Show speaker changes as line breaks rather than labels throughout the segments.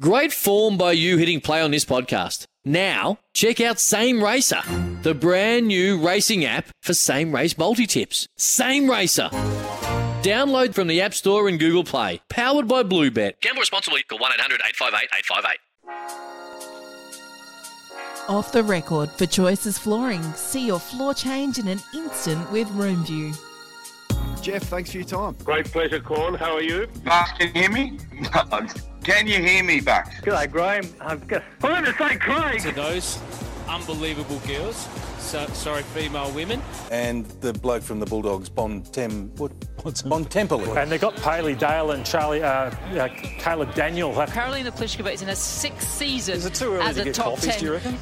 Great form by you hitting play on this podcast. Now, check out Same Racer, the brand new racing app for same race multi tips. Same Racer. Download from the App Store and Google Play. Powered by Bluebet. Gamble responsibly. Call 1 800 858 858.
Off the record for Choices Flooring. See your floor change in an instant with RoomView.
Jeff, thanks for your time.
Great pleasure, Corn. How are you?
Bucks, can you hear me? No. Can you hear me, Bucks?
G'day, Graham. I'm going to say Craig.
To those unbelievable girls, so, sorry, female women.
And the bloke from the Bulldogs, Bon Tem, what, what's Bon Temple.
And they got Paley Dale and Charlie, uh, uh, Caleb Daniel.
Carolina Pliskova is in her sixth season
Is it too early
as
to
a
get
top
coffees,
ten.
do you reckon?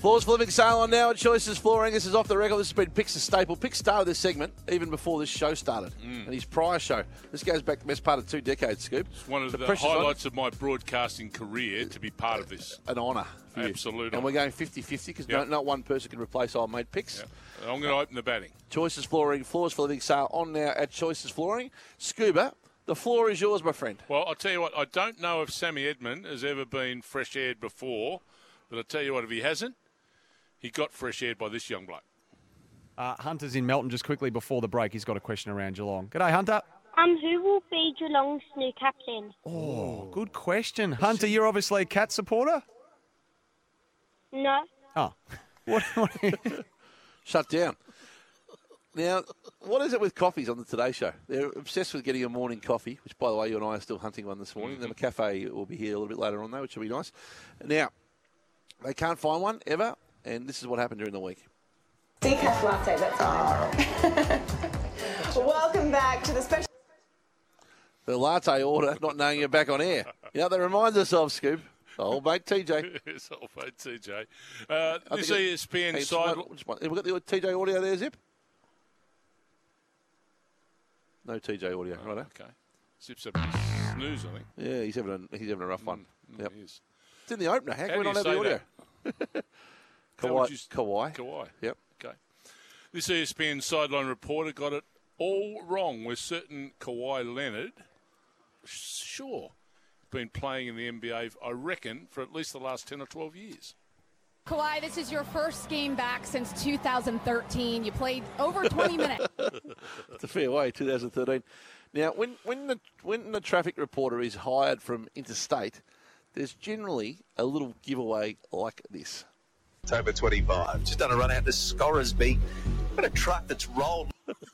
Floors for Living sale on now at Choices Flooring. This is off the record. This has been Picks a staple. Picks started this segment even before this show started
Mm.
and his prior show. This goes back the best part of two decades, Scoop.
It's one of the,
pressure's on.
highlights of my broadcasting career to be part of this.
An honour. for you.
Absolute
And
honour.
we're going 50 50 because
Yeah.
no, not one person can replace old mate Picks.
I'm going to open the batting.
Choices Flooring. Floors for Living sale on now at Choices Flooring. Scuba, the floor is yours, my friend.
Well, I'll tell you what, I don't know if Sammy Edmund has ever been fresh aired before, but I'll tell you what, if he hasn't, he got fresh aired by this young bloke.
Uh, Hunter's in Melton just quickly before the break. He's got a question around Geelong. G'day, Hunter.
Um, who will be Geelong's new captain?
Oh, good question. Hunter, you're obviously a cat supporter?
No.
Oh. What, what
Shut down. Now, what is it with coffees on the Today Show? They're obsessed with getting a morning coffee, which, by the way, you and I are still hunting one this morning.
Mm-hmm.
The cafe will be here a little bit later on, though, which will be nice. Now, they can't find one ever, and this is what happened during the week.
Decaf latte, that's all. Welcome back to the special.
The latte order, not knowing you're back on air. You know, what that reminds us of, Scoop. The old mate TJ.
It's all right, TJ. Uh,
I
this
think it-
ESPN
Hey,
side.
just one- just one- Have we got the TJ audio there, Zip? No TJ audio, right?
Oh, Okay. Zips up his snooze, I think.
Yeah, he's having a, he's having a rough one. Yep.
Mm, He is.
It's in the opener. How, can we
do
not
you
have the
say
audio?
that? How would
Kawhi.
you s-
Kawhi.
Kawhi.
Yep.
Okay. This E ESPN sideline reporter got it all wrong with certain Kawhi Leonard. Sure. Been playing in the NBA, I reckon, for at least the last 10 or 12 years.
Kawhi, this is your first game back since 2013. You played over 20 minutes.
It's a fair way. 2013. Now, when when the when the traffic reporter is hired from interstate, there's generally a little giveaway like this.
October 25. Just done a run out to Scoresby. Got a truck that's rolled.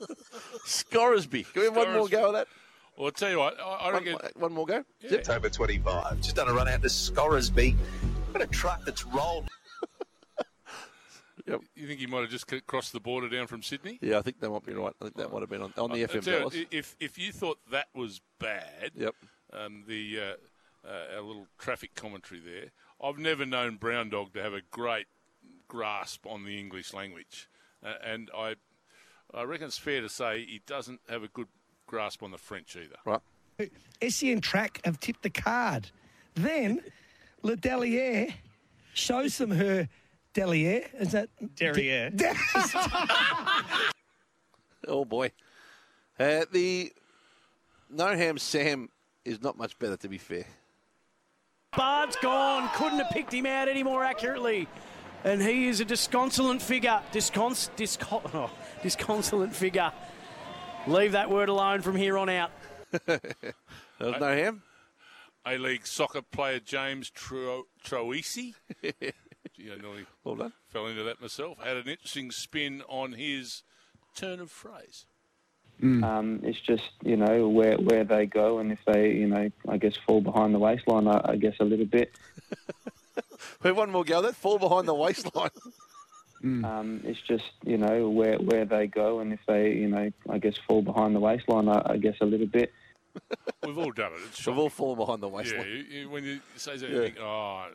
Scoresby. Can we have one more
Scoresby.
go at that?
Well, I'll tell you what, I, I
One,
reckon.
one more go.
Yeah.
October 25. Just done a run out to Scoresby. Got a truck that's rolled.
You think he might have just c- crossed the border down from Sydney? Oh. Uh,
Yeah, I think that might be right. I think that might have been on, on the
I
FM
tell you
Dallas.
what, if if you thought that was bad,
Yep.
Um, the uh, uh, our little traffic commentary there. I've never known Brown Dog to have a great grasp on the English language, uh, and I I reckon it's fair to say he doesn't have a good grasp on the French either.
Right.
SEN Track have tipped the card. Then Le Dellier shows them her Dellier. Is that Derriere?
Oh boy. Uh, the No Ham Sam is not much better, to be fair.
Bard's gone. Couldn't have picked him out any more accurately. And he is a disconsolate figure. Discons- disco- oh, disconsolate figure. Leave that word alone from here on out.
There was no ham.
A League soccer player James Tro- Troisi. Gee, I nearly
Well done.
fell into that myself. Had an interesting spin on his turn of phrase.
Um, it's just you know where where they go, and if they you know I guess fall behind the waistline, I, I guess a little bit.
We have one more go. That fall behind the waistline.
Um, it's just you know where where they go, and if they you know I guess fall behind the waistline, I, I guess a little bit.
We've all done it. It's
We've all
shocking.
fallen behind the
Yeah,
waistline.
you, you, when you say that, you
Yeah.
think, oh,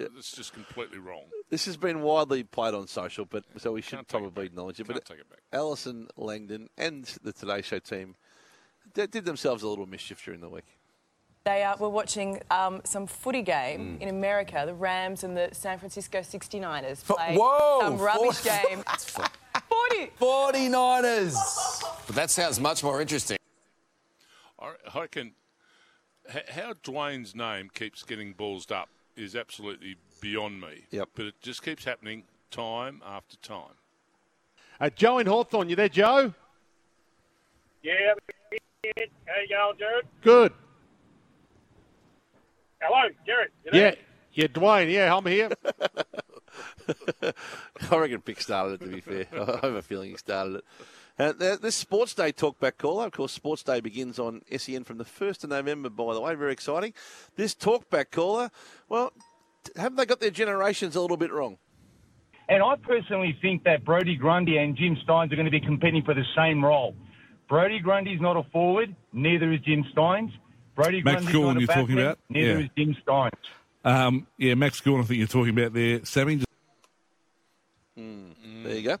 it's just completely wrong.
This has been widely played on social, but so we should probably acknowledge it. but
Can't take it back.
Alison Langdon and the Today Show team they did themselves a little mischief during the week.
They uh, were watching um, some footy game in America. The Rams and the San Francisco 69ers played
Whoa!
some rubbish
Forty-
game.
40. 49ers. But that sounds much more interesting.
I I reckon h- how Dwayne's name keeps getting ballsed up is absolutely beyond me. Yep. But it just keeps happening time after time.
Uh, Joe in Hawthorn, you there, Joe?
Yeah, how you going, Jared?
Good.
Hello, Jared. You
Yeah, yeah, Dwayne. Yeah, I'm here.
I reckon Pick started it, to be fair. I have a feeling he started it. Uh, th- this Sports Day talkback caller, of course, Sports Day begins on SEN from the 1st of November, by the way. Very exciting. This talkback caller, well, t- haven't they got their generations a little bit wrong?
And I personally think that Brody Grundy and Jim Steins are going to be competing for the same role. Brody Grundy's not a forward, neither is Jim Steins. Brody
Max
Grundy's
Gorn
not a
you're talking
batsman,
about?
Neither
Yeah.
is Jim Steins.
Um, yeah, Max Gorn, I think you're talking about there, Sammy. Just-
There you go.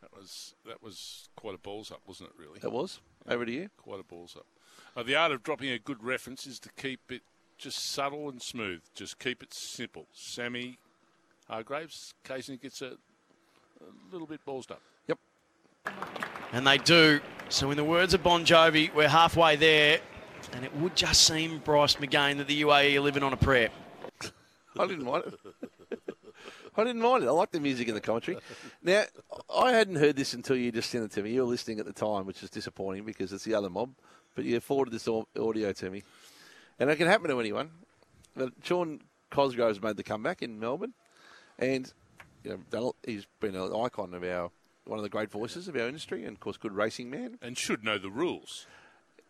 That was that was quite a balls up, wasn't it? Really,
That was. Over to you.
quite a balls up. Uh, the art of dropping a good reference is to keep it just subtle and smooth. Just keep it simple. Sammy Hargraves occasionally gets a, a little bit ballsed up.
And they do. So, in the words of Bon Jovi, we're halfway there. And it would just seem, Bryce McGain, that the UAE are living on a prayer.
I didn't mind it. I didn't mind it. I like the music and the commentary. Now, I hadn't heard this until you just sent it to me. You were listening at the time, which is disappointing because it's the other mob. But you forwarded this au- audio to me. And it can happen to anyone. But Sean Cosgrove's made the comeback in Melbourne. And you know, done a- he's been an icon of our, one of the great voices of our industry, and of course, good racing man.
And should know the rules.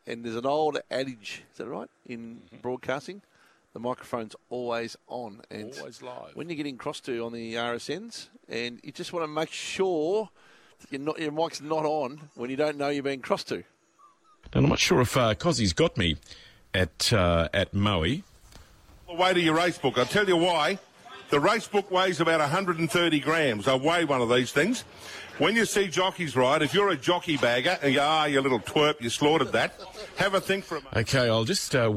And there's an old adage, is that right, in broadcasting? The microphone's always on. And
Always live.
When you're getting cross to on the RSNs, and you just want to make sure that you're not, your mic's not on when you don't know you're being crossed to.
And I'm not sure if uh, Cozzy's got me at uh, at Maui.
Away to your race book. I'll tell you why. The race book weighs about 130 grams. I weigh one of these things. When you see jockeys ride, if you're a jockey bagger and you go, ah, you little twerp, you slaughtered that, have a think for a moment.
Okay, I'll just uh,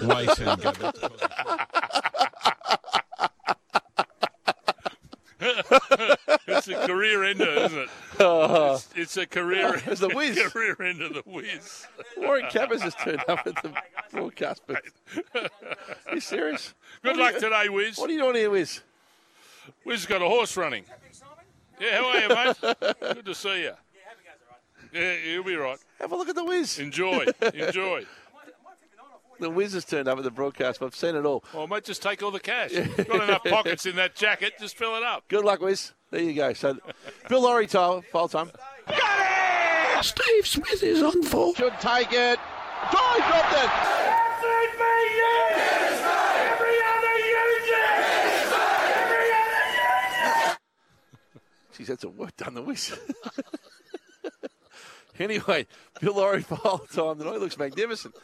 wait and go back to
it's a career ender, isn't it?
Oh.
It's, it's a career.
It's the whiz.
Career ender, the whiz.
Warren Cabas has turned up at the broadcast booth. Are you serious?
Good
What
luck
are you-
today, Wiz.
What are you doing here, Wiz?
Wiz has got a horse running. Yeah, how are you, mate? Good to see you. Yeah, you'll be right.
Have a look at the Wiz.
Enjoy, enjoy.
The Wiz has turned up at the broadcast. I've seen it all.
Oh, mate, just take all the cash. Got enough pockets in that jacket. Just fill it up.
Good luck, Wiz. There you go. So, Bill Laurie, Tyler, full time.
Steve Smith is on for.
Should take it. Drive dropped it. She's had some work done, the Wiz. anyway, Bill Laurie for all the time tonight looks magnificent.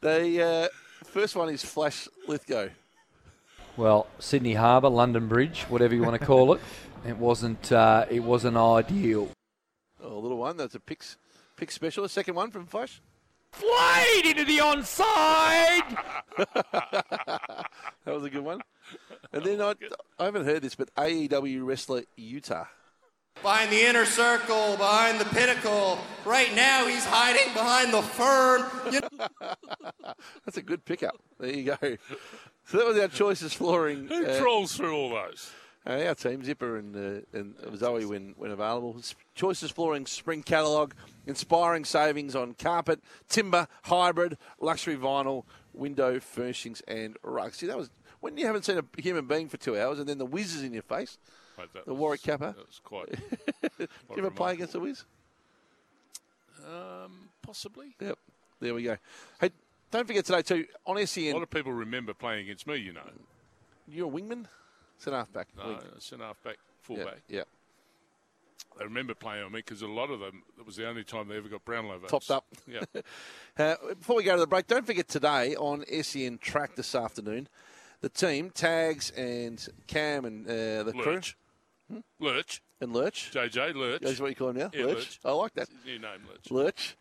The uh, first one is Flash Lithgow.
Well, Sydney Harbour, London Bridge, whatever you want to call it, it wasn't uh, it wasn't ideal.
Oh, little one. That's a picks pick special. The second one from Flash.
Played into the onside.
that was a good one. And then I, I haven't heard this, but AEW wrestler Utah.
Behind the inner circle, behind the pinnacle. Right now, he's hiding behind the fern.
That's a good pickup. There you go. So that was our choices flooring.
Who trolls through all those?
Uh, our team Zipper and uh, and Zoe when when available. S- Choices flooring spring catalogue, inspiring savings on carpet, timber, hybrid, luxury vinyl, window furnishings, and rugs. See, that was when you haven't seen a human being for two hours, and then the whiz is in your face.
Mate, that
the
was-
Warwick Kappa.
That was quite.
Did you ever play against the whiz?
Um, possibly.
Yep. There we go. Hey, don't forget today too on E
A lot
SEN.
of people remember playing against me. You know,
You're a wingman, centre halfback.
no,
Wing.
centre half back,
Yeah,
full back.
Yeah.
I remember playing on me because a lot of them, it was the only time they ever got Brownlow votes.
Topped up.
Yeah.
Uh, before we go to the break, don't forget today on SEN Track this afternoon, the team, Tags and Cam and uh, the crew.
Lurch. Lurch.
And Lurch.
JJ Lurch.
That's what you call him now?
Yeah,
Lurch.
Lurch.
I like that.
It's his new name, Lurch.
Lurch.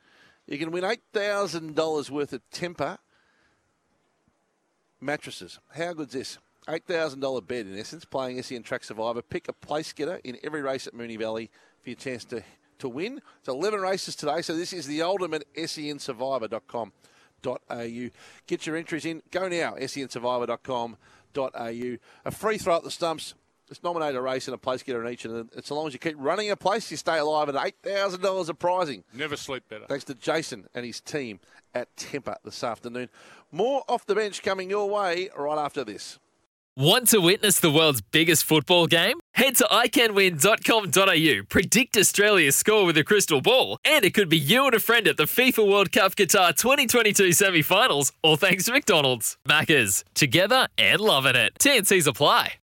You can win $8,000 worth of temper mattresses. How good's this? $8,000 bed, in essence, playing SEN Track Survivor. Pick a place getter in every race at Mooney Valley for your chance to, to win. It's 11 races today, so this is the ultimate E sensurvivor.com.au. Get your entries in. Go now, E sensurvivor.com.au. A free throw at the stumps. Just nominate a race and a place getter in each, and so long as you keep running a place, you stay alive at $8,000 of prizing.
Never sleep better.
Thanks to Jason and his team at Temper this afternoon. More off the bench coming your way right after this.
Want to witness the world's biggest football game? Head to iCanWin.com.au, predict Australia's score with a crystal ball, and it could be you and a friend at the FIFA World Cup Qatar 2022 semi finals, all thanks to McDonald's. Maccas, together and loving it. TNCs apply.